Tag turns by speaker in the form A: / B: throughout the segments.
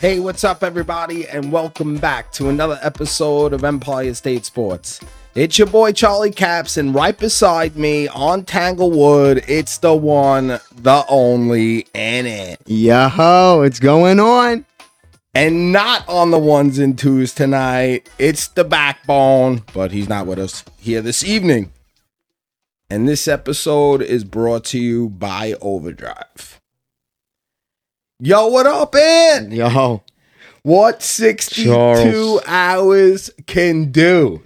A: Hey, what's up, everybody, and welcome back to another episode of Empire State Sports. It's your boy Charlie Caps, and right beside me on Tanglewood, it's the one, the only, and it.
B: Yo ho, what's going on?
A: And not on the ones and twos tonight, it's the backbone, but he's not with us here this evening. And this episode is brought to you by Overdrive. Yo, what up, Ant?
B: Yo,
A: what 62
C: Charles.
A: hours can do.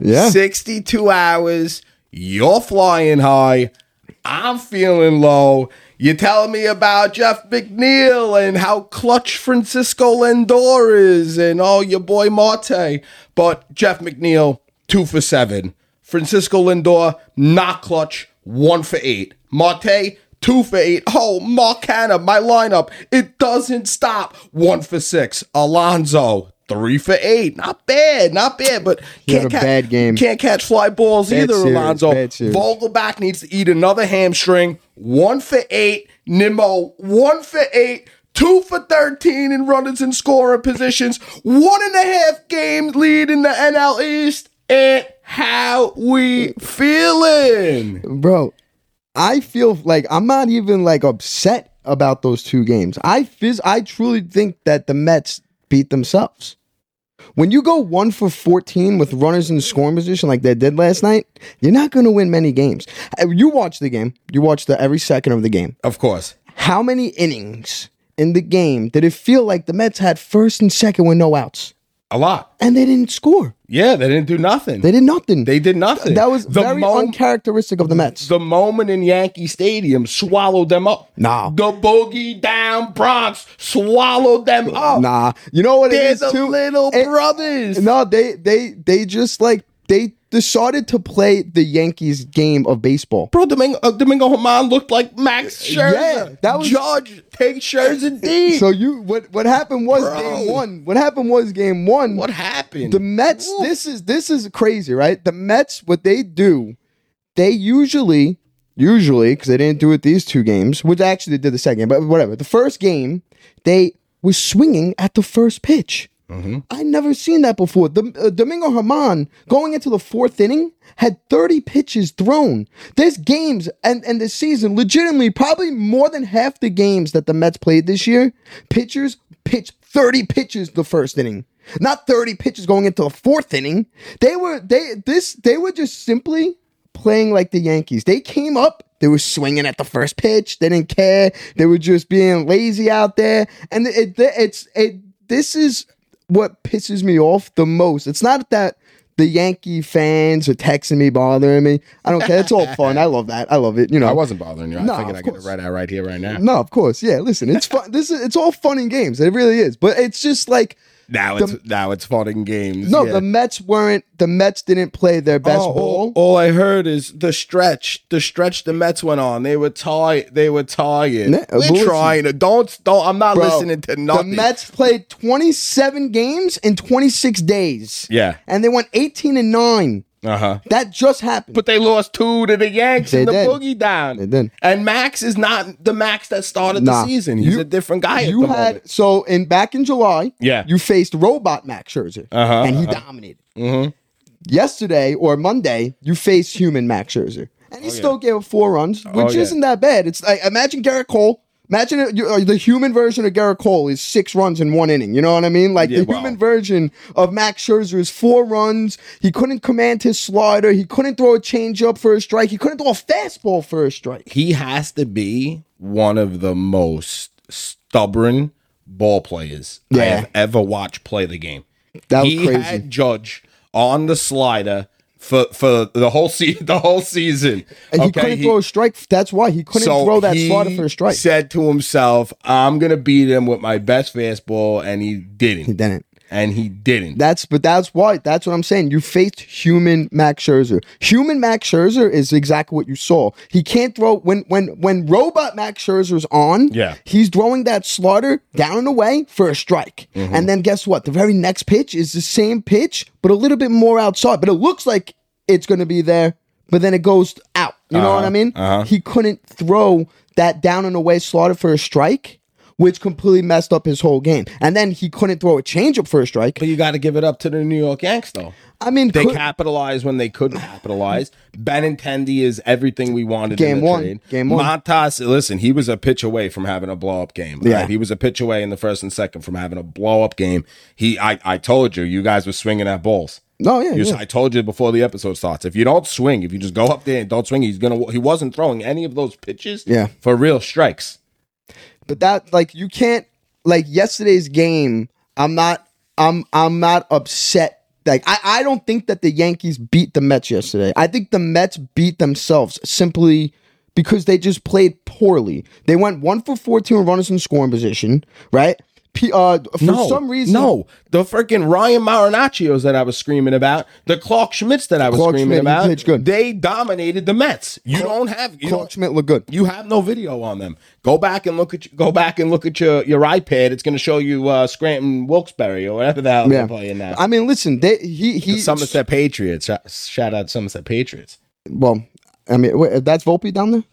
B: yeah,
A: 62 hours, you're flying high, I'm feeling low. You're telling me about Jeff McNeil and how clutch Francisco Lindor is and oh, your boy Marte. But Jeff McNeil, two for seven. Francisco Lindor, not clutch, one for eight. Marte, two for eight. Oh, Marcana, my lineup, it doesn't stop. One for six. Alonzo, three for eight. Not bad, not bad, but
B: He had a bad game.
A: can't catch fly balls either,
B: series,
A: Alonzo.
B: bad series.
A: Vogelback needs to eat another hamstring. One for eight. Nimmo, one for eight. Two for 13 in runners and scoring positions. One and a half game lead in the NL East. And how we feeling?
B: bro. I feel like I'm not even like upset about those two games. I phys- I truly think that the Mets beat themselves. When you go one for 14 with runners in scoring position like they did last night, you're not going to win many games. Uh, You watch the game. You watch the every second of the game.
A: Of course.
B: How many innings in the game did it feel like the Mets had first and second with no outs,
A: A lot.
B: and they didn't score?
A: Yeah, they didn't do nothing.
B: They did nothing.
A: They did nothing.
B: That was
A: the
B: very
A: moment.
B: uncharacteristic of the Mets.
A: the moment in Yankee Stadium swallowed them up.
B: Nah.
A: The boogie down Bronx swallowed them up.
B: Nah, you know what it
A: They're
B: is
A: the
B: too.
A: Oh, little
B: It-
A: brothers.
B: No, they they they just like they decided to play the Yankees game of baseball.
A: Bro, Domingo, uh, Domingo Herman looked like Max Scherzer.
B: Yeah, that was-
A: Judge, take Scherzer deep.
B: So you what what happened was
A: Bro.
B: game one. What happened was game one.
A: what happened?
B: the Mets? This is this is crazy, right? The Mets, what they do, they usually usually because they didn't do it these two games, which actually they did the second, but whatever. The first game, they were swinging at the first pitch. I never seen that before. The, uh, Domingo Herman going into the fourth inning had 30 pitches thrown. There's games and and this season, legitimately, probably more than half the games that the Mets played this year, pitchers pitched 30 pitches the first inning. Not 30 pitches going into the fourth inning. They were they this they were just simply playing like the Yankees. They came up, they were swinging at the first pitch. They didn't care. They were just being lazy out there. And it, it- it's it. This is what pisses me off the most. It's not that the Yankee fans are texting me, bothering me. I don't care. It's all fun. I love that. I love it. You know.
A: I wasn't bothering you. I
B: No,
A: figured
B: of
A: I could
B: course.
A: right out right here, right now.
B: No, of course. Yeah, listen, it's fun. This is it's all fun and games. It really is. But it's just like
A: Now it's now it's fun and games.
B: no,
A: yeah.
B: the Mets weren't. The Mets didn't play their best
A: Oh,
B: ball.
A: All, all I heard is the stretch. The stretch the Mets went on. They were tired. They were tired.
B: Ne-
A: We're
B: bullshit.
A: trying to don't don't. I'm not
B: Bro,
A: listening to nothing.
B: The Mets played 27 games in 26 days.
A: Yeah.
B: And they won 18 and 9.
A: Uh huh.
B: That just happened.
A: But they lost two to the Yanks
B: They
A: and the
B: did.
A: boogie down.
B: They did.
A: And Max is not the Max that started
B: Nah.
A: the season. He's
B: You-
A: a different guy.
B: you
A: at the
B: had so in back in July,
A: Yeah.
B: you faced robot Max Scherzer
A: Uh-huh, Mm-hmm.
B: and he dominated. Yesterday or Monday, you faced human Max Scherzer and he still gave up four runs, which
A: Oh, yeah.
B: isn't that bad. It's like imagine Garrett Cole. Imagine it, you- uh, the human version of Garrett Cole is six runs in one inning. You know what I mean? Like the
A: wow.
B: human version of Max Scherzer is four runs. He couldn't command his slider. He couldn't throw a changeup for a strike. He couldn't throw a fastball for a strike.
A: he has to be one of the most stubborn ball players I
B: Yeah.
A: have ever watched play the game.
B: That was
A: he
B: crazy.
A: had Judge on the slider for for the whole se- the whole season.
B: And he
A: Okay,
B: couldn't
A: he-
B: throw a strike. That's why he couldn't throw that
A: he
B: slider for a strike.
A: Said to himself, "I'm gonna beat him with my best fastball," and he
B: he
A: didn't.
B: didn't.
A: And he didn't.
B: That's but that's why that's what I'm saying. You faced human Max Scherzer. Human Max Scherzer is exactly what you saw. He can't throw when when when robot Max Scherzer's on.
A: Yeah.
B: he's throwing that slaughter down and away for a strike. And then guess what? The very next pitch is the same pitch, but a little bit more outside. But it looks like it's going to be there, but then it goes out. You know what I mean? He couldn't throw that down and away slaughter for a strike. which completely messed up his whole game. And then he couldn't throw a changeup for a strike.
A: But you got to give it up to the New York Yanks, though.
B: I mean,
A: They
B: could-
A: capitalized when they could capitalize. Benintendi is everything we wanted. in
B: Game
A: the
B: one.
A: Trade.
B: Game one.
A: Montas, listen, he was a pitch away from having a blow up game.
B: Yeah.
A: right? he was a pitch away in the first and second from having a blow up game. He, I, I told you, you guys were swinging at balls.
B: no, yeah,
A: You,
B: yeah.
A: I told you before the episode starts. If you don't swing, if you just go up there and don't swing, he's gonna. He wasn't throwing any of those pitches.
B: Yeah.
A: for real strikes.
B: but that like you can't like yesterday's game i'm not i'm i'm not upset like I, I don't think that the yankees beat the mets yesterday i think the mets beat themselves simply because they just played poorly they went one for 14 with runners in scoring position right P, uh, for some reason
A: no. The freaking Ryan Marinaccios that I was screaming about, the Clark Schmitz that I was
B: Clark
A: screaming
B: Schmidt, he
A: about,
B: pitched good.
A: they dominated the Mets. You don't have you,
B: Clark
A: don't,
B: Schmidt looked good.
A: you have no video on them. Go back and look at you- go back and look at your your iPad. It's going to show you uh, Scranton Wilkes-Barre or whatever the hell
B: Yeah.
A: they're playing now.
B: I mean, listen, they, he he.
A: the Somerset Patriots. Shout- Shout out Somerset Patriots.
B: well, I mean, wait, that's Volpe down there.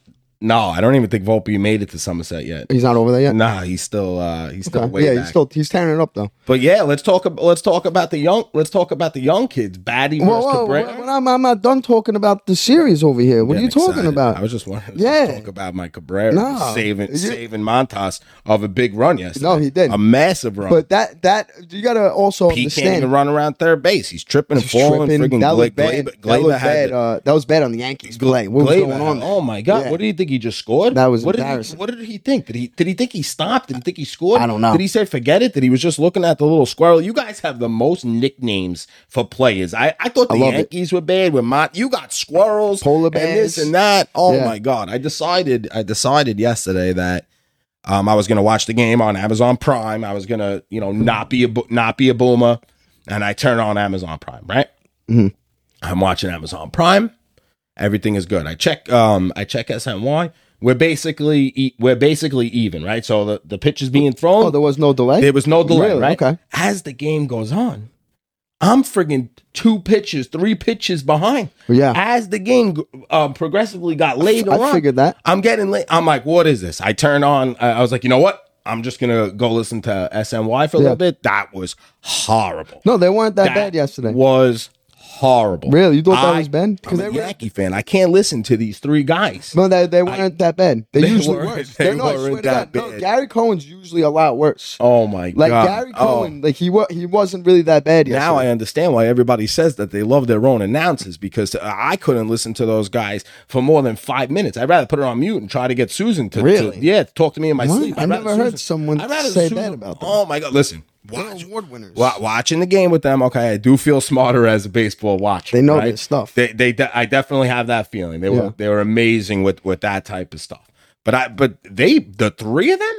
A: No, I don't even think Volpe made it to Somerset yet.
B: He's not over there yet.
A: Nah, he's still uh, he's still way
B: yeah,
A: back.
B: he's still he's tearing it up though.
A: but yeah, let's talk about let's talk about the young let's talk about the young kids. Batty
B: Whoa,
A: versus
B: whoa,
A: Cabrera.
B: whoa, I'm, I'm not done talking about the series over here. What are you
A: getting
B: talking
A: excited. I
B: about?
A: was just wanting to
B: Yeah.
A: talk about my Cabrera
B: No.
A: saving
B: You-
A: saving Montas of a big run yesterday.
B: No, he did.
A: a massive run.
B: But that that you gotta also
A: he can't even
B: understand.
A: run around third base. He's tripping and
B: He's
A: falling.
B: tripping.
A: Freaking
B: That was
A: Gla-
B: bad.
A: Gleyber-
B: That
A: Gleyber had
B: was bad.
A: the-
B: Uh, that was bad on the Yankees. Play. What was
A: Gleyber
B: going
A: had-
B: on?
A: Oh my God!
B: Yeah.
A: What did he think he just scored?
B: That was
A: what did, he,
B: embarrassing.
A: what did he think? Did he did he think he stopped? Did he think he scored?
B: I don't know.
A: Did he say forget it? That he was just looking at the little squirrel? You guys have the most nicknames for players. I, I thought the
B: love it.
A: Yankees were bad. With Mont, you got squirrels,
B: Polar
A: and this
B: bears.
A: and that. Oh
B: Yeah.
A: my God! I decided I decided yesterday that um, I was going to watch the game on Amazon Prime. I was going to, you know, not be a bo- not be a boomer, and I turn on Amazon Prime. Right,
B: Mhm.
A: I'm watching Amazon Prime. Everything is good. I check um, I check SNY. We're basically e- we're basically even, right? So the the pitch is being thrown.
B: Oh, there was no delay.
A: There was no delay,
B: Really?
A: right?
B: Okay.
A: As the game goes on, I'm friggin' two pitches, three pitches behind.
B: Yeah.
A: As the game um, progressively got later
B: I
A: on,
B: figured that.
A: I'm getting late. I'm like, what is this? I turn on. I I was like, you know what? I'm just gonna go listen to SNY for a
B: Yeah.
A: little bit. That was horrible.
B: No, they weren't that,
A: that
B: bad yesterday.
A: Was horrible.
B: Really? You thought that
A: I-
B: was bad?
A: I'm
B: Because
A: a
B: they, were-
A: Yankee fan. I can't listen to these three guys.
B: no, they, they weren't that bad. They,
A: They
B: usually
A: weren't-
B: were.
A: they
B: They're not- I
A: weren't
B: swear to
A: that
B: God, no,
A: bad.
B: Gary Cohen's usually a lot worse.
A: Oh my
B: Like
A: god!
B: Gary
A: Oh.
B: Cohen, like he was he wasn't really that bad yesterday.
A: Now I understand why everybody says that they love their own announcers because I couldn't listen to those guys for more than five minutes. I'd rather put it on mute and try to get Susan to, to-
B: Really?
A: yeah, to talk to me in my
B: What?
A: sleep.
B: I
A: I'd
B: never
A: rather
B: heard someone
A: I'd rather
B: say that about them.
A: Oh my god! Listen,
B: They're
A: watch,
B: award winners.
A: wa- watching the game with them. Okay, I do feel smarter as a baseball watcher.
B: They know their stuff.
A: They, they, de- I definitely have that feeling. They were,
B: Yeah.
A: they were amazing with with that type of stuff. But I, but they, the three of them.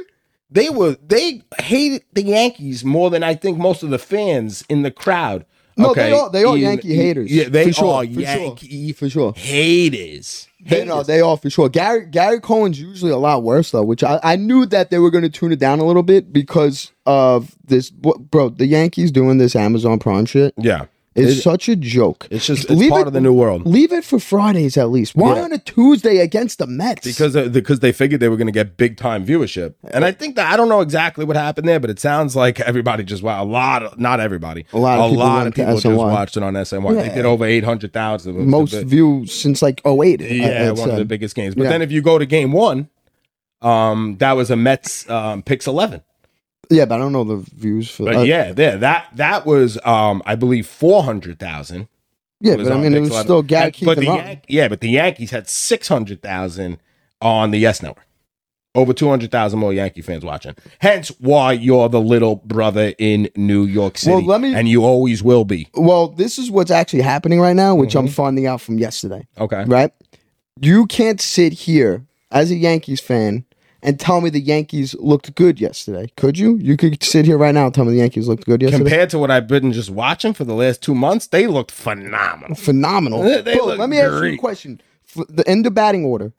A: They were they hated the Yankees more than I think most of the fans in the crowd
B: No, they all- they all Yankee haters.
A: yeah, they
B: For sure,
A: are
B: for sure,
A: Yankee
B: for sure.
A: haters.
B: They, no, they are for sure. Gary Gary Cohen's usually a lot worse though, which I, I knew that they were going to tune it down a little bit because of this. What, bro, the Yankees doing this Amazon Prime shit
A: yeah,
B: is such a joke.
A: it's just it's part
B: it,
A: of the new world
B: Leave it for Fridays at least. Why
A: Yeah.
B: on a Tuesday against the Mets?
A: because uh, because they figured they were going to get big time viewership, and I think that I don't know exactly what happened there, but it sounds like everybody just wow, a lot, of, not everybody, a
B: lot of people
A: lot
B: went
A: of
B: to
A: people just
B: SNY.
A: watched it on SNY. They
B: Yeah.
A: did over eight hundred thousand,
B: most uh, views since like 08. I-
A: yeah,
B: I'd
A: one of
B: say.
A: the biggest games. But
B: Yeah.
A: then if you go to game one, um, that was a Mets um, picks eleven.
B: yeah, but I don't know the views for
A: But
B: uh,
A: yeah, there that that was um, I believe four hundred thousand.
B: yeah,
A: was
B: but I
A: on
B: mean it
A: Big
B: was
A: Cloud.
B: still Gary
A: And- but
B: keeping
A: the
B: up.
A: Yan- yeah, but the Yankees had six hundred thousand on the Yes Network. Over two hundred thousand more Yankee fans watching. Hence, why you're the little brother in New York City,
B: Well, let me-
A: and you always will be.
B: Well, this is what's actually happening right now, which
A: Mm-hmm.
B: I'm finding out from yesterday.
A: Okay,
B: right? You can't sit here as a Yankees fan and tell me the Yankees looked good yesterday. Could you? You could sit here right now and tell me the Yankees looked good yesterday.
A: compared to what I've been just watching for the last two months, they looked phenomenal.
B: Phenomenal.
A: They- they
B: Bro,
A: look
B: let me ask you a
A: great.
B: question. F- the, in the batting order,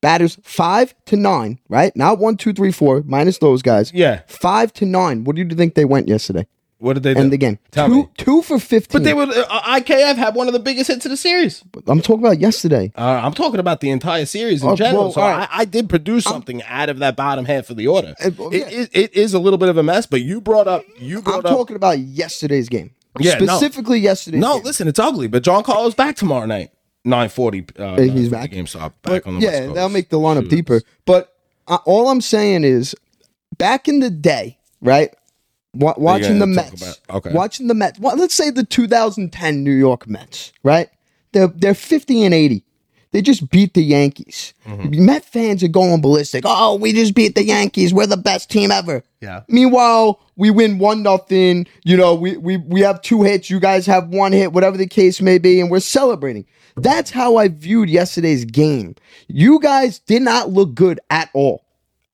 B: batters five to nine, right? Not one, two, three, four, minus those guys.
A: Yeah,
B: Five to nine. What do you think they went yesterday?
A: What did they do?
B: End the game.
A: Tell
B: two,
A: me.
B: two for fifteen.
A: But they were uh, IKF had one of the biggest hits of the series.
B: I'm talking about yesterday.
A: Uh, I'm talking about the entire series in
B: Oh,
A: general.
B: well,
A: so
B: all right.
A: I, I did produce something out of that bottom half of the order.
B: Uh,
A: It,
B: well, yeah.
A: it, it is a little bit of a mess, but you brought up you
B: I'm
A: brought up.
B: talking about yesterday's game.
A: Yeah, no.
B: Specifically yesterday's
A: no,
B: game.
A: listen, it's ugly. But John Carlos back tomorrow night, nine forty. Uh, 9:40
B: he's back.
A: Game stop back
B: But
A: on the West
B: yeah,
A: Coast.
B: that'll make the lineup
A: Shoot.
B: deeper. But uh, all I'm saying is, back in the day, right? Wa- watching the
A: gonna talk
B: Mets,
A: about- okay.
B: watching the Mets. Well, let's say the 2010 New York Mets, right? They're they're 50 and 80. They just beat the Yankees. Met fans are going ballistic. Oh, we just beat the Yankees. We're the best team ever.
A: Yeah.
B: Meanwhile, we win one nothing. You know, we, we we have two hits. You guys have one hit, whatever the case may be, and we're celebrating. That's how I viewed yesterday's game. You guys did not look good at all,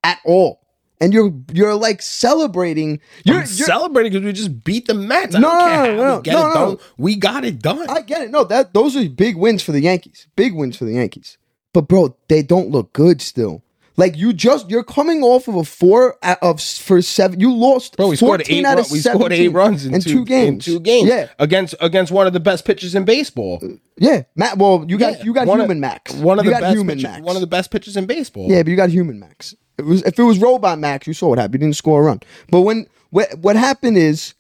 B: at all, and you're you're like celebrating. You're,
A: You're,
B: you're-
A: celebrating because we just beat the Mets. I
B: No,
A: don't care
B: no,
A: how
B: no,
A: we get
B: no,
A: it
B: no.
A: done. We got it done.
B: I get it. No, that those are big wins for the Yankees. Big wins for the Yankees. But bro, they don't look good still. Like you just you're coming off of a four out of s- for seven. You lost.
A: Bro, we scored
B: 14
A: eight
B: out
A: runs.
B: of
A: We scored eight
B: 17
A: runs in, two,
B: games.
A: In two games.
B: Yeah,
A: Against against one of the best pitchers in baseball.
B: yeah. Matt. Well, you got
A: Yeah.
B: you got
A: One
B: human
A: of,
B: max.
A: One of
B: you
A: the
B: got
A: best
B: human
A: pitcher-
B: max.
A: One of the best pitchers in baseball.
B: Yeah, but you got human max. It was if it was robot max, you saw what happened. You didn't score a run. But when what what happened is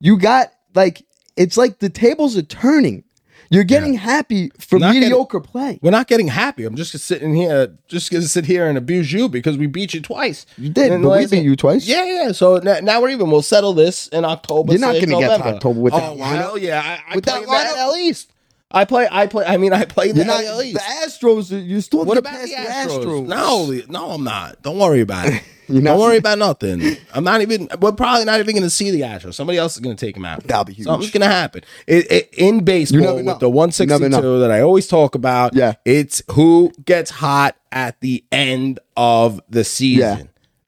B: you got like it's like the tables are turning. You're getting happy for
A: Not getting-
B: mediocre play.
A: We're not getting happy. I'm just sitting here, just gonna sit here and abuse you because we beat you twice. You
B: did, but we beat you twice.
A: Yeah, yeah. So now, now we're even. We'll settle this in October.
B: You're not
A: slash
B: gonna get to
A: November.
B: October with
A: oh,
B: that lineup.
A: Hell yeah! I, I
B: With
A: play
B: that
A: in the
B: lineup.
A: NL East. I play. I play. I mean, I played the
B: You're not,
A: NL
B: the
A: East.
B: Astros. are- You're still
A: What
B: the
A: about
B: past
A: the Astros? No, no, I'm not. Don't worry about it.
B: You're not-
A: Don't worry about nothing. I'm not even. We're probably not even going to see the Astros. Somebody else is going to take them out.
B: That'll be huge.
A: Something's going to happen. It, it, in
B: never
A: baseball,
B: know.
A: with the
B: You never
A: 162 that I always talk about,
B: Yeah.
A: it's who gets hot at the end of the season.
B: Yeah.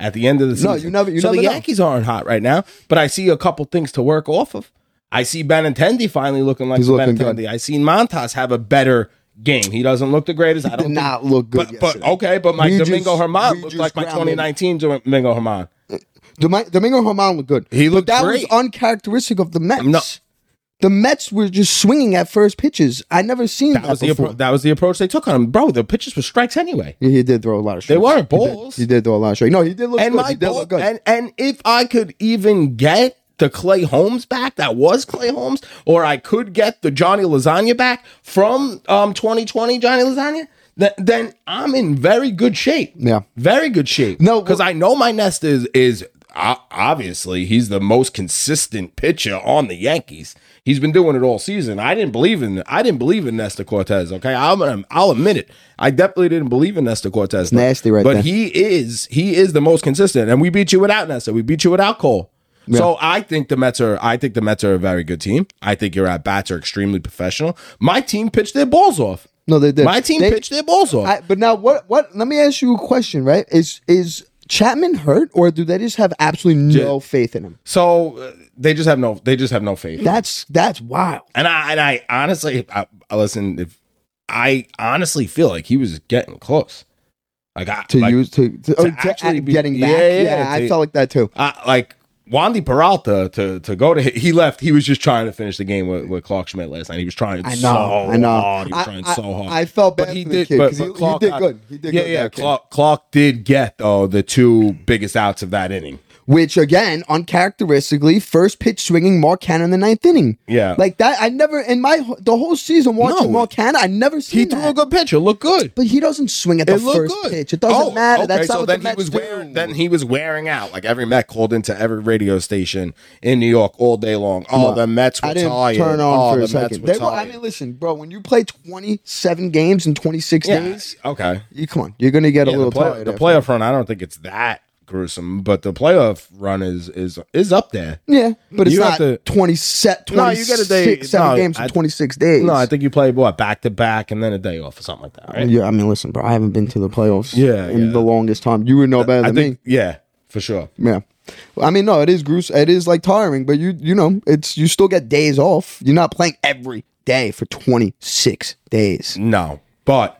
A: At the end of the season.
B: No, you never- you
A: so
B: never
A: the
B: know.
A: Yankees aren't hot right now, but I see a couple things to work off of. I see Benintendi finally looking like
B: He's
A: the
B: looking good.
A: Benintendi. I seen Montas have a better game. He doesn't look the greatest. I don't
B: did
A: think-
B: not look good.
A: but, but
B: yesterday.
A: okay, but my
B: We just-
A: Domingo Herman
B: we
A: looked
B: just
A: like my
B: grounded.
A: 2019 Domingo Herman.
B: Domi- Domingo Herman looked good.
A: He
B: But
A: looked
B: that
A: great.
B: was uncharacteristic of the Mets.
A: No.
B: The Mets were just swinging at first pitches. I never seen that,
A: That was the
B: before.
A: appro- that was the approach they took on him, bro. The pitches were strikes anyway,
B: Yeah, he did throw a lot of strikes.
A: They weren't
B: He did-
A: balls.
B: He did, throw a lot of strikes. No, he did look
A: and
B: good.
A: my
B: he did
A: ball,
B: look good.
A: and and if I could even get the Clay Holmes back, that was Clay Holmes, or I could get the Johnny Lasagna back from um 2020 Johnny Lasagna, th- then I'm in very good shape.
B: Yeah.
A: very good shape.
B: No,
A: because I know my nest is is uh, obviously he's the most consistent pitcher on the Yankees. He's been doing it all season. I didn't believe in I didn't believe in Nestor Cortez. Okay, I'm I'll admit it. I definitely didn't believe in Nestor Cortez.
B: Nasty right
A: but
B: there.
A: he is he is the most consistent, and we beat you without Nestor. We beat you without Cole. So I think the Mets are I think the Mets are a very good team. I think your at bats are extremely professional. My team pitched their balls off.
B: no, they did.
A: My team
B: They-
A: pitched their balls off.
B: I, but now, what? What? Let me ask you a question. Right? Is is Chapman hurt, or do they just have absolutely no faith in him?
A: so uh, they just have no they just have no faith.
B: That's that's wild.
A: And I and I honestly, I, I listen. If I honestly feel like he was getting close, like I
B: to
A: like,
B: use to, to, oh, to
A: actually
B: act-
A: be-
B: getting back.
A: yeah,
B: Yeah,
A: yeah, to-
B: I felt like that too.
A: I, like Wandy Peralta to to go to he left. He was just trying to finish the game with, with Clark Schmidt last night. He was trying
B: I know,
A: so
B: I know.
A: hard. He was
B: I-
A: trying
B: I-
A: so hard.
B: I felt bad
A: but he
B: for the
A: did.
B: kid,
A: but,
B: 'cause
A: but
B: he- he
A: Clark
B: did
A: got-
B: good. He did
A: yeah,
B: good,
A: yeah.
B: that kid.
A: Clark, Clark did get though the two biggest outs of that inning.
B: Which again, uncharacteristically, first pitch swinging Marcana in the ninth inning.
A: Yeah.
B: like that. I never in my wh- the whole season watching
A: No.
B: Marcana, I never seen
A: He
B: that.
A: threw a good pitch. It looked good.
B: but he doesn't swing at the
A: It looked
B: first
A: good.
B: pitch. It
A: Oh,
B: doesn't matter.
A: okay,
B: That's not
A: so
B: what
A: then
B: the Mets
A: he was
B: do.
A: wearing. Then he was wearing out. Like every Met called into every radio station in New York all day long. Oh, the Mets were
B: I didn't
A: tired.
B: turn
A: oh,
B: on for
A: the
B: a
A: Mets
B: second.
A: were
B: They were- I
A: tired.
B: mean, listen, bro. When you play twenty-seven games in twenty-six
A: yeah,
B: days,
A: okay.
B: you come on, you're gonna get a
A: Yeah, the
B: little
A: player,
B: tired.
A: the
B: after.
A: playoff run, I don't think it's that gruesome, but the playoff run is is is up there.
B: Yeah, but it's
A: You
B: not
A: have to-
B: 20 set, 26,
A: No, you get a day-
B: seven
A: no,
B: games in
A: I-
B: 26 days.
A: No, I think you play what back to back and then a day off or something like that, right?
B: yeah, I mean, listen, bro, I haven't been to the playoffs
A: Yeah,
B: in
A: yeah.
B: the longest time. You would know better
A: I
B: than
A: think yeah, for sure.
B: me. Yeah. Well, I mean, no, it is gruesome. It is like tiring, but you you know, it's you still get days off. You're not playing every day for 26 days.
A: No, but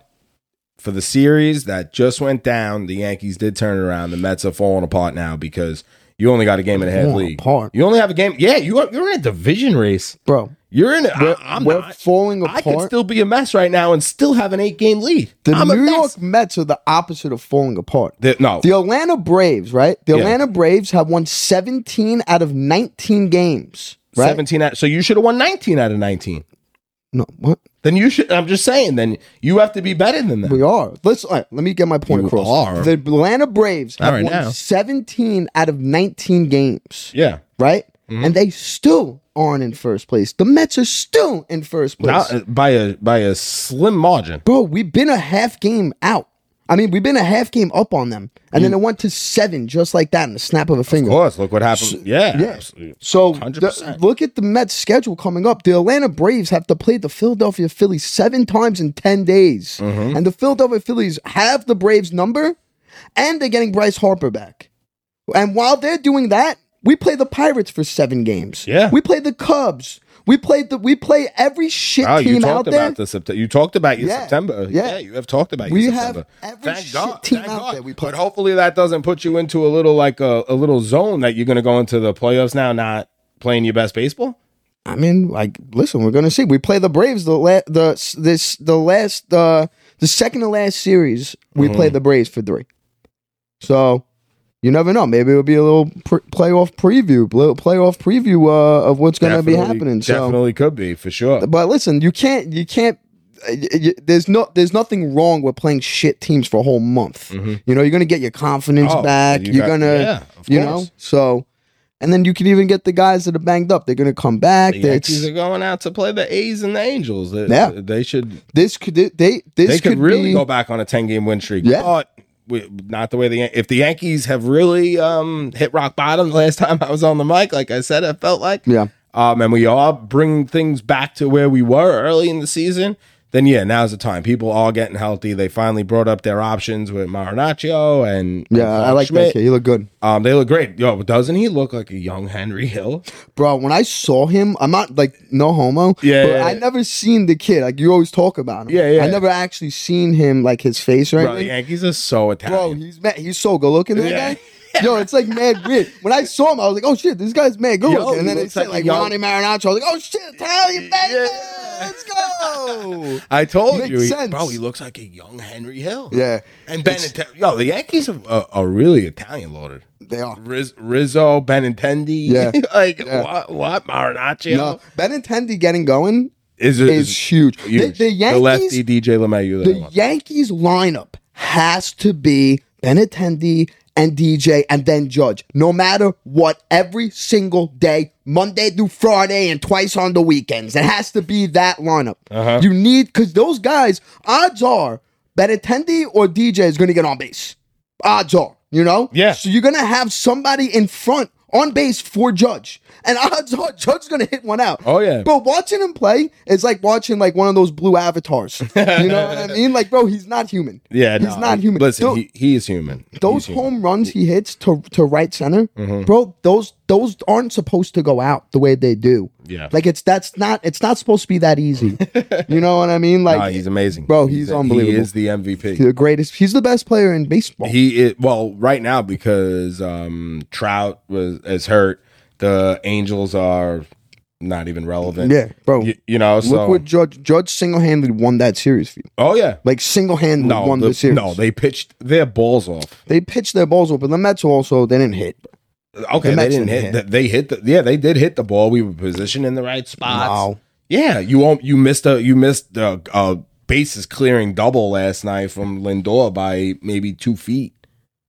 A: for the series that just went down, the Yankees did turn it around. The Mets are falling apart now because You only got a game and a half
B: One
A: lead.
B: apart.
A: You only have a game. Yeah, you are, you're in a division race.
B: bro.
A: You're in. I,
B: We're,
A: I'm
B: we're
A: not.
B: falling
A: I could
B: apart.
A: still be a mess right now and still have an eight game lead.
B: the
A: I'm a
B: New
A: mess.
B: York Mets are the opposite of falling apart.
A: The- no,
B: The Atlanta Braves, right? The Atlanta Braves have won 17 out of 19 games. Right?
A: seventeen. Out, so you should have won nineteen out of nineteen.
B: No, what?
A: Then you should. I'm just saying. Then you have to be better than that.
B: We are. Let's all right, let me get my point
A: You
B: across.
A: are.
B: The Atlanta Braves
A: All
B: have
A: right,
B: won
A: now.
B: 17 out of 19 games,
A: Yeah.
B: right?
A: Mm-hmm.
B: And they still aren't in first place. The Mets are still in first place.
A: Now, uh, by a by a slim margin.
B: Bro, we've been a half game out. I mean, we've been a half game up on them. And
A: Mm.
B: then it went to seven just like that in the snap of a
A: Of
B: finger.
A: course. Look what happened. Yeah.
B: yeah.
A: absolutely.
B: So
A: 100%.
B: the- look at the Mets schedule coming up. The Atlanta Braves have to play the Philadelphia Phillies seven times in 10 days.
A: Mm-hmm.
B: And the Philadelphia Phillies have the Braves number and they're getting Bryce Harper back. And while they're doing that, we play the Pirates for seven games.
A: Yeah.
B: We play the Cubs. We play the we play every shit
A: Wow, you
B: team
A: talked
B: out
A: about
B: there.
A: the September. You talked about your
B: Yeah,
A: September.
B: yeah.
A: Yeah. you have talked about
B: We
A: your
B: have
A: September.
B: every shit team out there we play.
A: But hopefully that doesn't put you into a little like a, a little zone that you're going to go into the playoffs now, not playing your best baseball.
B: I mean, like, listen, we're gonna see. We play the Braves the la- the this the last uh, the second to last series. We play
A: Mm-hmm.
B: the Braves for three. So you never know. Maybe it'll be a little pre- playoff preview, little playoff preview uh, of what's gonna be
A: Definitely-
B: happening. So,
A: Definitely could be for sure.
B: but listen, you can't you can't. uh, y- y- There's no, there's nothing wrong with playing shit teams for a whole month. You know, you're gonna get your confidence
A: Mm-hmm. Oh,
B: back.
A: you
B: You are
A: got-
B: gonna,
A: yeah, of
B: you
A: course.
B: know, so, and then you can even get the guys that are banged up. They're gonna come back.
A: The
B: That's-
A: Yankees are going out to play the A's and the Angels. They,
B: Yeah.
A: they should.
B: This could they, they this
A: They could,
B: could
A: really
B: be,
A: go back on a ten game win streak.
B: Yeah.
A: But we, not the way the Yan- if the Yankees have really um, hit rock bottom. Last time I was on the mic, like I said, I felt like
B: Yeah.
A: um, and we are bringing things back to where we were early in the season, then yeah, now's the time. People are getting healthy. They finally brought up their options with Marinaccio and
B: Yeah, I like that kid. He looked good,
A: Um, they look great. Yo, doesn't he look like a young Henry Hill?
B: bro. When I saw him, I'm not like no homo.
A: Yeah,
B: but
A: yeah,
B: I
A: yeah.
B: never seen the kid. Like you always talk about him.
A: Yeah, yeah.
B: I never actually seen him like his face
A: Bro, the
B: right.
A: Yankees are so
B: Bro,
A: Italian.
B: he's mad. He's so good looking. That
A: Yeah.
B: guy. Yo, it's like mad weird. When I saw him, I was like, "Oh shit, this guy's mad good
A: Yo,
B: looking." And then
A: he
B: they
A: looks
B: said
A: like
B: like,
A: a young-
B: Ronnie Marinaccio. I was like, "Oh shit, Italian baby,
A: Yeah.
B: let's go."
A: I told
B: makes
A: you, he-
B: sense.
A: bro, he looks like a young Henry Hill.
B: yeah,
A: and Benintendi. Yo, the Yankees are, are, are really Italian loaded.
B: they are.
A: Riz, Rizzo, Benintendi,
B: Yeah.
A: like what? What Marinaccio?
B: No, Benintendi getting going
A: Is it
B: is huge. The-
A: huge.
B: the Yankees
A: lefty DJ LeMayu.
B: the Yankees lineup has to be Benintendi and DJ and then Judge, no matter what, every single day, Monday through Friday, and twice on the weekends. It has to be that lineup.
A: Uh-huh.
B: You need because those guys, odds are Benintendi or DJ is going to get on base. Odds are, you know,
A: Yeah.
B: So you're going to have somebody in front on base for Judge, and odds are Judge's going to hit one out.
A: Oh, yeah.
B: Bro, watching him play is like watching like one of those blue avatars. you know what I mean? Like, bro, he's not human.
A: yeah,
B: he's
A: no,
B: not
A: he-
B: human.
A: Listen,
B: Tho-
A: he, he is human.
B: those
A: He's
B: home runs he hits to to right center,
A: Mm-hmm.
B: bro, those those aren't supposed to go out the way they do.
A: Yeah.
B: like it's that's not it's not supposed to be that easy. you know what I mean? Like,
A: human. Nah, Ah, he's amazing,
B: Bro, he's unbelievable.
A: He is the MVP.
B: he's the greatest. He's the best player in baseball.
A: He is well right now because um, Trout was is hurt. The Angels are not even relevant.
B: yeah, bro.
A: you, you know. So
B: Look what Judge Judge single handedly won that series for you.
A: oh yeah,
B: Like single handedly
A: no,
B: won
A: the-
B: the, series.
A: no, they pitched their balls off.
B: they pitched their balls open. The Mets also they didn't hit.
A: Okay, they
B: Mets
A: didn't
B: didn't
A: hit.
B: hit.
A: They hit the yeah, they did hit the ball. We were positioned in the right spots.
B: No.
A: Yeah, you won't. You missed a you missed a, a bases clearing double last night from Lindor by maybe two feet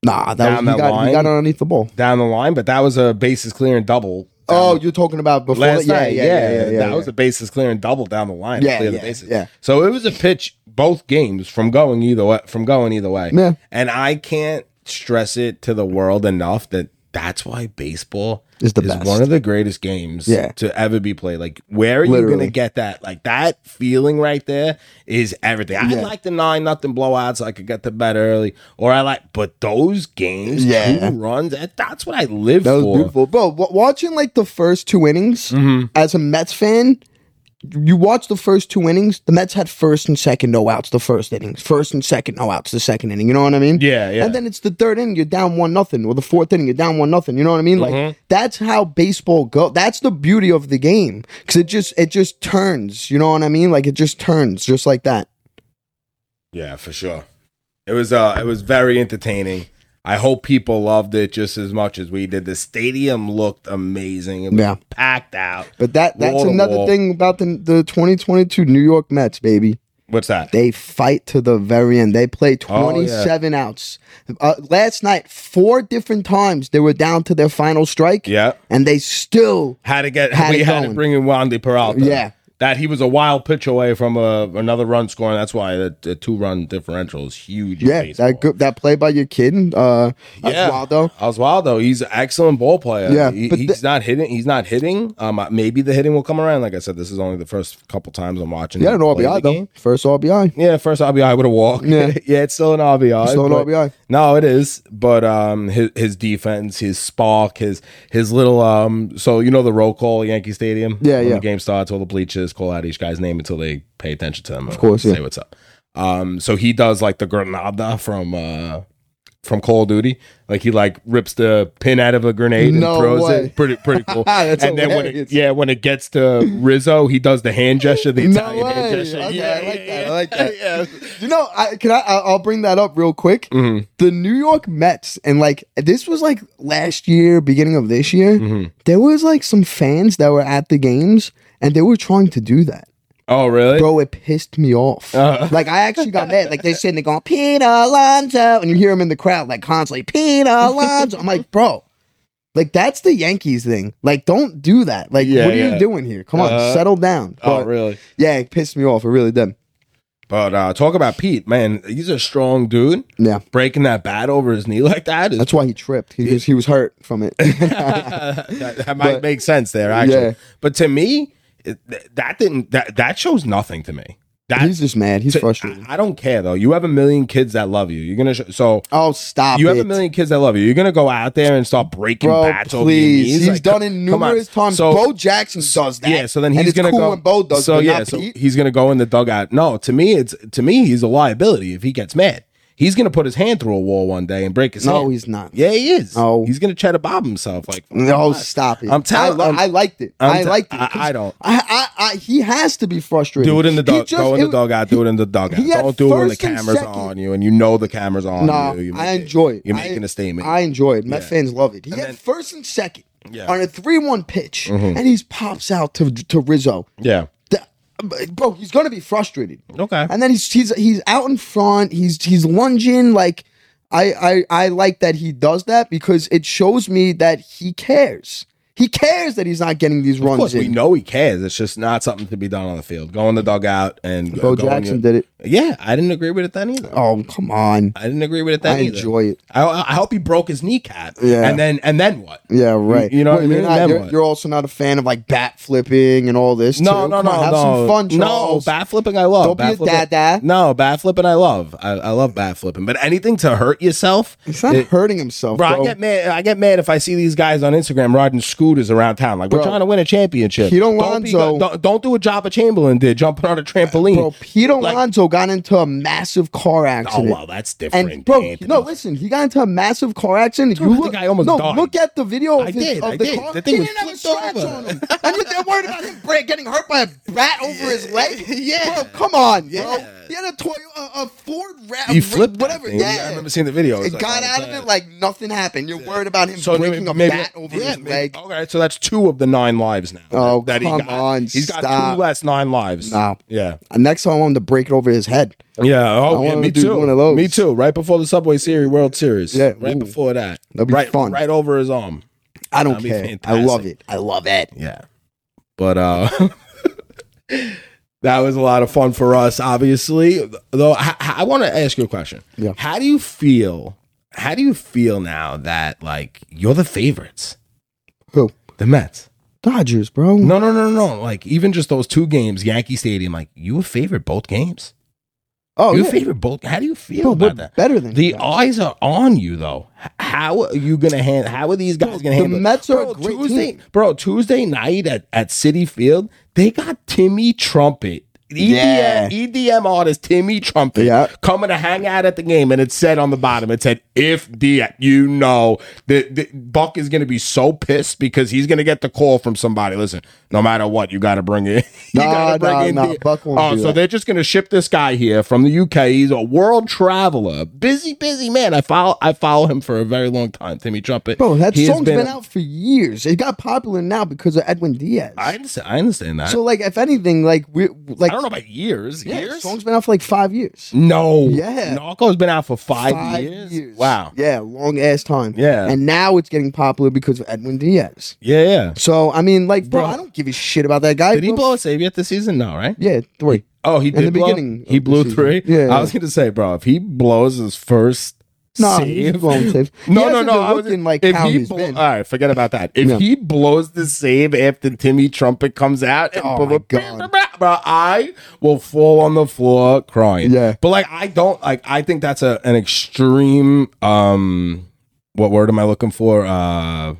B: Nah, that was,
A: Down
B: he,
A: that
B: got,
A: line.
B: he got underneath the ball.
A: down the line, but that was a bases clearing double. down
B: Oh, you're talking about before
A: last
B: that?
A: night. Yeah, that was a bases clearing double down the line. to
B: Yeah,
A: clear the
B: yeah,
A: bases.
B: yeah.
A: So it was a pitch both games from going either way, from going either way.
B: Yeah.
A: And I can't stress it to the world enough that that's why baseball
B: Is the best.
A: one of the greatest games
B: Yeah.
A: to ever be played. Like where are you
B: Literally.
A: going to get that? Like that feeling right there is everything. I
B: Yeah.
A: like the nine nothing blowouts. I could get to bed early, or I like, but those games,
B: Yeah.
A: two runs. that- That's what I live
B: That was
A: for. Mm-hmm.
B: beautiful, bro. wa- watching like the first two innings as a Mets fan you watch the first two innings, the Mets had first and second no outs the first innings, first and second no outs the second inning. You know what I mean?
A: Yeah, yeah.
B: And then it's the third inning, you're down one nothing, or the fourth inning, you're down one nothing. You know what I mean?
A: Mm-hmm.
B: Like that's how baseball go. That's the beauty of the game because it just it just turns. You know what I mean? Like it just turns, just like that.
A: Yeah, for sure. It was uh it was very entertaining. I hope people loved it just as much as we did. The stadium looked amazing. It was
B: Yeah.
A: packed out.
B: But that that's
A: Wall to
B: another
A: wall.
B: thing about the the 2022 New York Mets, baby.
A: What's that?
B: They fight to the very end. They play
A: Oh, yeah.
B: 27 outs. Uh, last night, four different times they were down to their final strike.
A: Yeah.
B: And they still,
A: Had to get
B: Had
A: we
B: it
A: had to
B: going.
A: bring in Wandy Peralta.
B: Yeah.
A: That he was a wild pitch away from a, another run scoring. That's why the, the two run differential is huge. in
B: yeah,
A: baseball.
B: that good, that play by your kid, uh,
A: Yeah.
B: Oswaldo.
A: Oswaldo, he's an excellent ball player.
B: Yeah,
A: He-
B: but
A: he's not hitting. He's not hitting. Um, uh, maybe the hitting will come around. Like I said, this is only the first couple times I'm watching.
B: He had
A: him
B: an
A: play the
B: RBI,
A: game.
B: though. First RBI.
A: Yeah, first RBI with a walk.
B: Yeah.
A: yeah, it's still an RBI.
B: Still an
A: but-
B: RBI.
A: No, it is. But um, his his defense, his spark, his his little um. So you know the roll call at Yankee Stadium.
B: Yeah,
A: When
B: yeah.
A: The game starts, all the bleachers call out each guy's name until they pay attention to him. Of
B: course,
A: say
B: yeah.
A: what's up. Um, so he does like the Granada from uh from Call of Duty. Like he like rips the pin out of a grenade
B: No
A: and throws
B: way.
A: it. Pretty pretty cool.
B: That's
A: and then when it,
B: hilarious.
A: yeah, when it gets to Rizzo, he does the hand gesture, the
B: No
A: Italian hand
B: way.
A: gesture.
B: Okay,
A: yeah,
B: I like
A: yeah,
B: that.
A: yeah.
B: I like that.
A: yeah.
B: You know, I can I. I- I'll bring that up real quick.
A: Mm-hmm.
B: The New York Mets, and like this was like last year, beginning of this year.
A: Mm-hmm.
B: There was like some fans that were at the games, and they were trying to do that,
A: Oh really?
B: bro. It pissed me off.
A: Uh.
B: Like I actually got mad. Like they said they're going Pete Alonso, and you hear them in the crowd like constantly Pete Alonso. I'm like, bro. Like that's the Yankees thing. Like, don't do that. Like,
A: Yeah,
B: what are
A: yeah.
B: you doing here? Come on,
A: Uh-huh.
B: settle down.
A: Oh
B: But,
A: really?
B: Yeah, it pissed me off. It really did.
A: But uh, talk about Pete, man. He's a strong dude.
B: Yeah.
A: Breaking that bat over his knee like that, is,
B: That's why he tripped. He, was- he was hurt from it.
A: that, that might
B: But-
A: make sense there, actually.
B: Yeah.
A: But to me, it, th- that didn't that that shows nothing to me. That
B: He's just mad. He's
A: to-
B: frustrated.
A: I, I don't care though. You have a million kids that love you. You're gonna sh- so
B: Oh, stop
A: you
B: it.
A: have a million kids that love you. You're gonna go out there and start breaking
B: Bro,
A: bats over your
B: please.
A: knees.
B: He's
A: Like,
B: done
A: c-
B: it
A: come on.
B: numerous times.
A: So-
B: Bo Jackson does that.
A: Yeah, so then
B: And
A: he's
B: it's
A: gonna
B: cool
A: go.
B: when Bo does,
A: so
B: but
A: yeah,
B: not
A: so
B: Pete.
A: he's gonna go in the dugout. No, to me, it's to me, he's a liability if he gets mad. He's gonna put his hand through a wall one day and break his hand.
B: No, he's not.
A: Yeah, he is.
B: No.
A: he's gonna try to bob himself. Like
B: No, stop it.
A: I'm telling-
B: I,
A: I'm-
B: I liked it.
A: I'm
B: i
A: te-
B: liked it.
A: I- I don't.
B: I, I, I, he has to be frustrated.
A: do it in the
B: He
A: dog.
B: just-
A: Go in the
B: it-
A: dugout. Do it in the dugout.
B: he had
A: Don't do it when the
B: first and
A: cameras are
B: second-
A: on you and you know the cameras are on
B: Nah,
A: you. You're
B: I
A: making-
B: enjoy it.
A: You're
B: I-
A: making a statement.
B: I enjoy it. Met fans love it. He had
A: then-
B: first and second
A: Yeah. Mm-hmm.
B: on a 3 1 pitch, and he pops out to, to Rizzo.
A: yeah.
B: The- bro, he's going to be frustrated.
A: Okay.
B: And then he's he's he's out in front. He's he's lunging. Like I I I like that he does that because it shows me that he cares. He cares that he's not getting these
A: Of course,
B: runs
A: we
B: in.
A: know he cares. It's just not something to be done on the field. Go in the dugout and
B: Bo
A: go in
B: Jackson
A: your-
B: did it.
A: Yeah, I didn't agree with it then either.
B: Oh come on!
A: I didn't agree with it then
B: I
A: either.
B: enjoy it.
A: I, I hope he broke his kneecap.
B: Yeah.
A: And then and then what?
B: Yeah, right.
A: You- you know what I
B: Well,
A: mean?
B: You're,
A: Then
B: not, you're,
A: what?
B: you're also not a fan of like bat flipping and all this.
A: No,
B: too.
A: no,
B: Come
A: no,
B: on, have
A: no.
B: some fun,
A: no,
B: Charles.
A: bat flipping I love.
B: Don't be
A: bat
B: a
A: flipping-
B: dada.
A: No, bat flipping I love. I, I love bat flipping. But anything to hurt yourself.
B: He's not
A: it-
B: hurting himself,
A: Bro,
B: bro.
A: I get mad. I get mad if I see these guys on Instagram riding scooters around town. Like we're
B: Bro,
A: trying to win a championship.
B: Keaton
A: don't, be-
B: Alonso-
A: don't, don't do what Java Chamberlain did, jumping on a trampoline.
B: Bro, Pete
A: Like-
B: Alonso got into a massive car
A: oh
B: accident.
A: well, that's different.
B: And bro,
A: Anthony.
B: no, listen, he got into a massive car accident.
A: I
B: You
A: think
B: look,
A: I almost
B: no,
A: died.
B: look at the video of,
A: I
B: his,
A: did,
B: of
A: I
B: the
A: did.
B: car.
A: The thing
B: he
A: was
B: didn't have a
A: flipped
B: scratch
A: over.
B: on him, and you- they're worried about him bra- getting hurt by a bat over his leg. Yeah, bro, come on, bro. He had a toy, a, a Ford Rav,
A: he flipped that
B: whatever.
A: thing.
B: Yeah,
A: I remember seeing the video.
B: it
A: was like,
B: got
A: oh,
B: out of
A: man.
B: it like nothing happened. You're worried about him breaking a bat over
A: yeah,
B: his
A: maybe-
B: leg.
A: Okay, so that's two of the nine lives now.
B: Oh, come
A: got.
B: on,
A: He's got
B: stop.
A: two less nine lives.
B: No.
A: Yeah.
B: Uh, Next time I want him to break it over his head.
A: Yeah. Oh,
B: I
A: yeah,
B: wanna
A: me
B: do
A: too.
B: one of those.
A: Me too. Right before the Subway Series World Series.
B: Yeah,
A: Right
B: ooh.
A: before that.
B: That'd be
A: right,
B: fun.
A: Right over his arm.
B: I don't
A: That'd be
B: care. I love it. I love it.
A: Yeah. But uh that was a lot of fun for us, obviously. Though I, I want to ask you a question.
B: Yeah.
A: How do you feel? How do you feel now that like you're the favorites,
B: Who?
A: the Mets?
B: Dodgers, bro.
A: No, no, no, no. no. Like even just those two games, Yankee Stadium. Like you were favorite both games.
B: oh,
A: you
B: yeah.
A: were favorite both. How do you feel
B: Bro, we're
A: about that?
B: better than
A: The
B: you
A: eyes
B: guys.
A: are on you though. H- How are you gonna hand? How are these guys gonna
B: the
A: handle? it?
B: Mets are a
A: Bro,
B: great
A: Tuesday,
B: team.
A: bro. Tuesday night at, at City Field, They got Timmy Trumpet. E EDM,
B: Yeah.
A: EDM artist Timmy Trumpet
B: Yeah.
A: coming to hang out at the game, and it said on the bottom, it said, "If D, you know that that Buck is going to be so pissed because he's going to get the call from somebody. Listen, no matter what, you got to bring it. you
B: Nah,
A: gotta
B: nah, nah,
A: D-
B: Buck won't
A: Oh,
B: do
A: so
B: that.
A: they're just going to ship this guy here from the UK. He's a world traveler, busy, busy man. I follow, I follow him for a very long time. Timmy Trumpet,
B: Bro, that
A: He has
B: song's been, out for years. It got popular now because of Edwin Diaz.
A: I understand, I understand that.
B: so, like, if anything, like we like
A: I don't know about years.
B: yeah,
A: years?
B: song's been out for like five years.
A: No.
B: Yeah.
A: Narco's been out for five, years? Wow.
B: Yeah, long ass time.
A: Yeah.
B: and now it's getting popular because of Edwin Diaz.
A: Yeah, yeah.
B: So I mean, like, bro,
A: Bro.
B: I don't give a shit about that guy.
A: Did he
B: bro.
A: blow a save yet this season? No, right?
B: Yeah, three.
A: Oh, he did.
B: the
A: blow?
B: beginning
A: he
B: of the
A: blew
B: season.
A: three.
B: Yeah, yeah.
A: I was going to say, bro, if he blows his first
B: No, he's
A: save,
B: blown saves. He
A: no, no,
B: hasn't
A: no.
B: been
A: I was
B: looking like
A: if
B: how
A: he
B: he's
A: blo-
B: been.
A: All right, forget about that. If
B: Yeah.
A: he blows the save after Timmy Trumpet comes out, and
B: Oh
A: blah, blah,
B: my
A: blah,
B: God.
A: blah, blah, bro, I will fall on the floor crying.
B: Yeah.
A: but like I don't like. I think that's a an extreme. Um, what word am I looking for? Uh,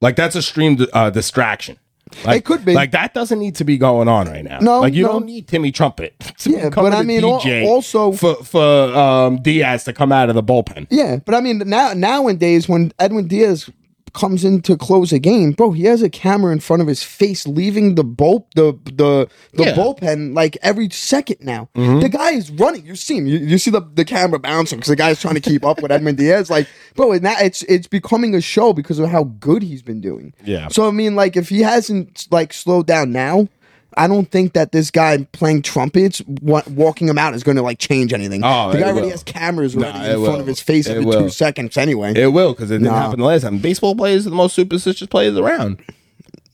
A: like that's a stream uh, distraction. Like,
B: It could be.
A: like that doesn't need to be going on right now.
B: No,
A: like you
B: no.
A: don't need Timmy Trumpet. to
B: Yeah,
A: be coming
B: but I
A: to
B: mean, al-
A: DJ
B: also-
A: for for um, Diaz to come out of the bullpen.
B: Yeah, but I mean now nowadays when Edwin Diaz comes in to close a game, bro, he has a camera in front of his face, leaving the bull the the the
A: Yeah. Mm-hmm.
B: bullpen like every second now. The guy is running. You see him. You, you see the, the camera bouncing because the guy's trying to keep up with Edwin Diaz. Like, bro, and now it's it's becoming a show because of how good he's been doing.
A: Yeah.
B: So I mean, like, if he hasn't like slowed down now. I don't think that this guy playing trumpets, wa- walking him out, is going to like change anything.
A: Oh,
B: the guy
A: it
B: already
A: will.
B: has cameras already
A: Nah,
B: in
A: it
B: front
A: will.
B: of his face
A: It
B: every
A: will.
B: two seconds anyway.
A: It will because it didn't
B: Nah.
A: happen the last time. Baseball players are the most superstitious players around.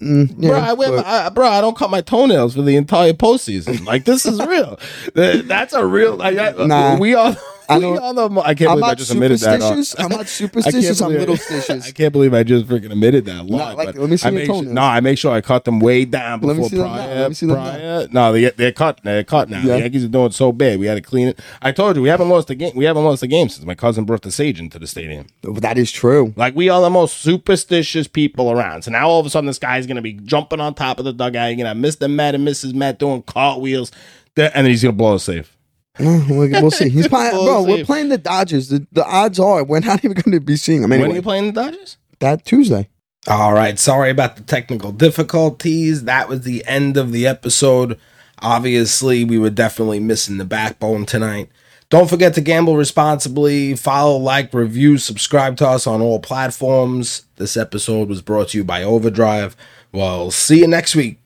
B: Mm, yeah,
A: bro, I went, I, bro, I don't cut my toenails for the entire postseason. Like this is real. Th- That's a real. Like, I- uh,
B: Nah.
A: we are.
B: I
A: we
B: don't-
A: are the. mo- I can't
B: I'm
A: believe I
B: not
A: just admitted that. uh,
B: superstitious. I'm not
A: I can't
B: superstitious. I'm
A: believe-
B: little
A: I
B: stitious.
A: can't believe I just freaking admitted that.
B: Nah,
A: Lie,
B: like,
A: but
B: let me see
A: I
B: your
A: make sure,
B: toenails.
A: no, I make sure I cut them way down before
B: Let me see them now.
A: prior.
B: Let me see them now.
A: prior- No, they they're cut. They're cut now.
B: Yeah.
A: The Yankees are doing so bad. We had to clean it. I told you we haven't lost a game. We haven't lost a game since my cousin brought the sage into the stadium.
B: That is true.
A: Like we are the most superstitious people around. So now all of a sudden this guy's gonna be jumping on top of the dugout. You're gonna have Mr. Matt and Mrs. Matt doing cartwheels. Th- And then he's gonna blow us safe.
B: Uh, we'll, we'll see. He's probably,
A: We'll
B: bro, we're
A: see.
B: playing the Dodgers. The, the odds are we're not even going to be seeing him
A: When are
B: anyway.
A: you playing the Dodgers?
B: That Tuesday.
A: All right. Sorry about the technical difficulties. That was the end of the episode. Obviously, we were definitely missing the backbone tonight. Don't forget to gamble responsibly. Follow, like, review, subscribe to us on all platforms. This episode was brought to you by Overdrive. Well, see you next week.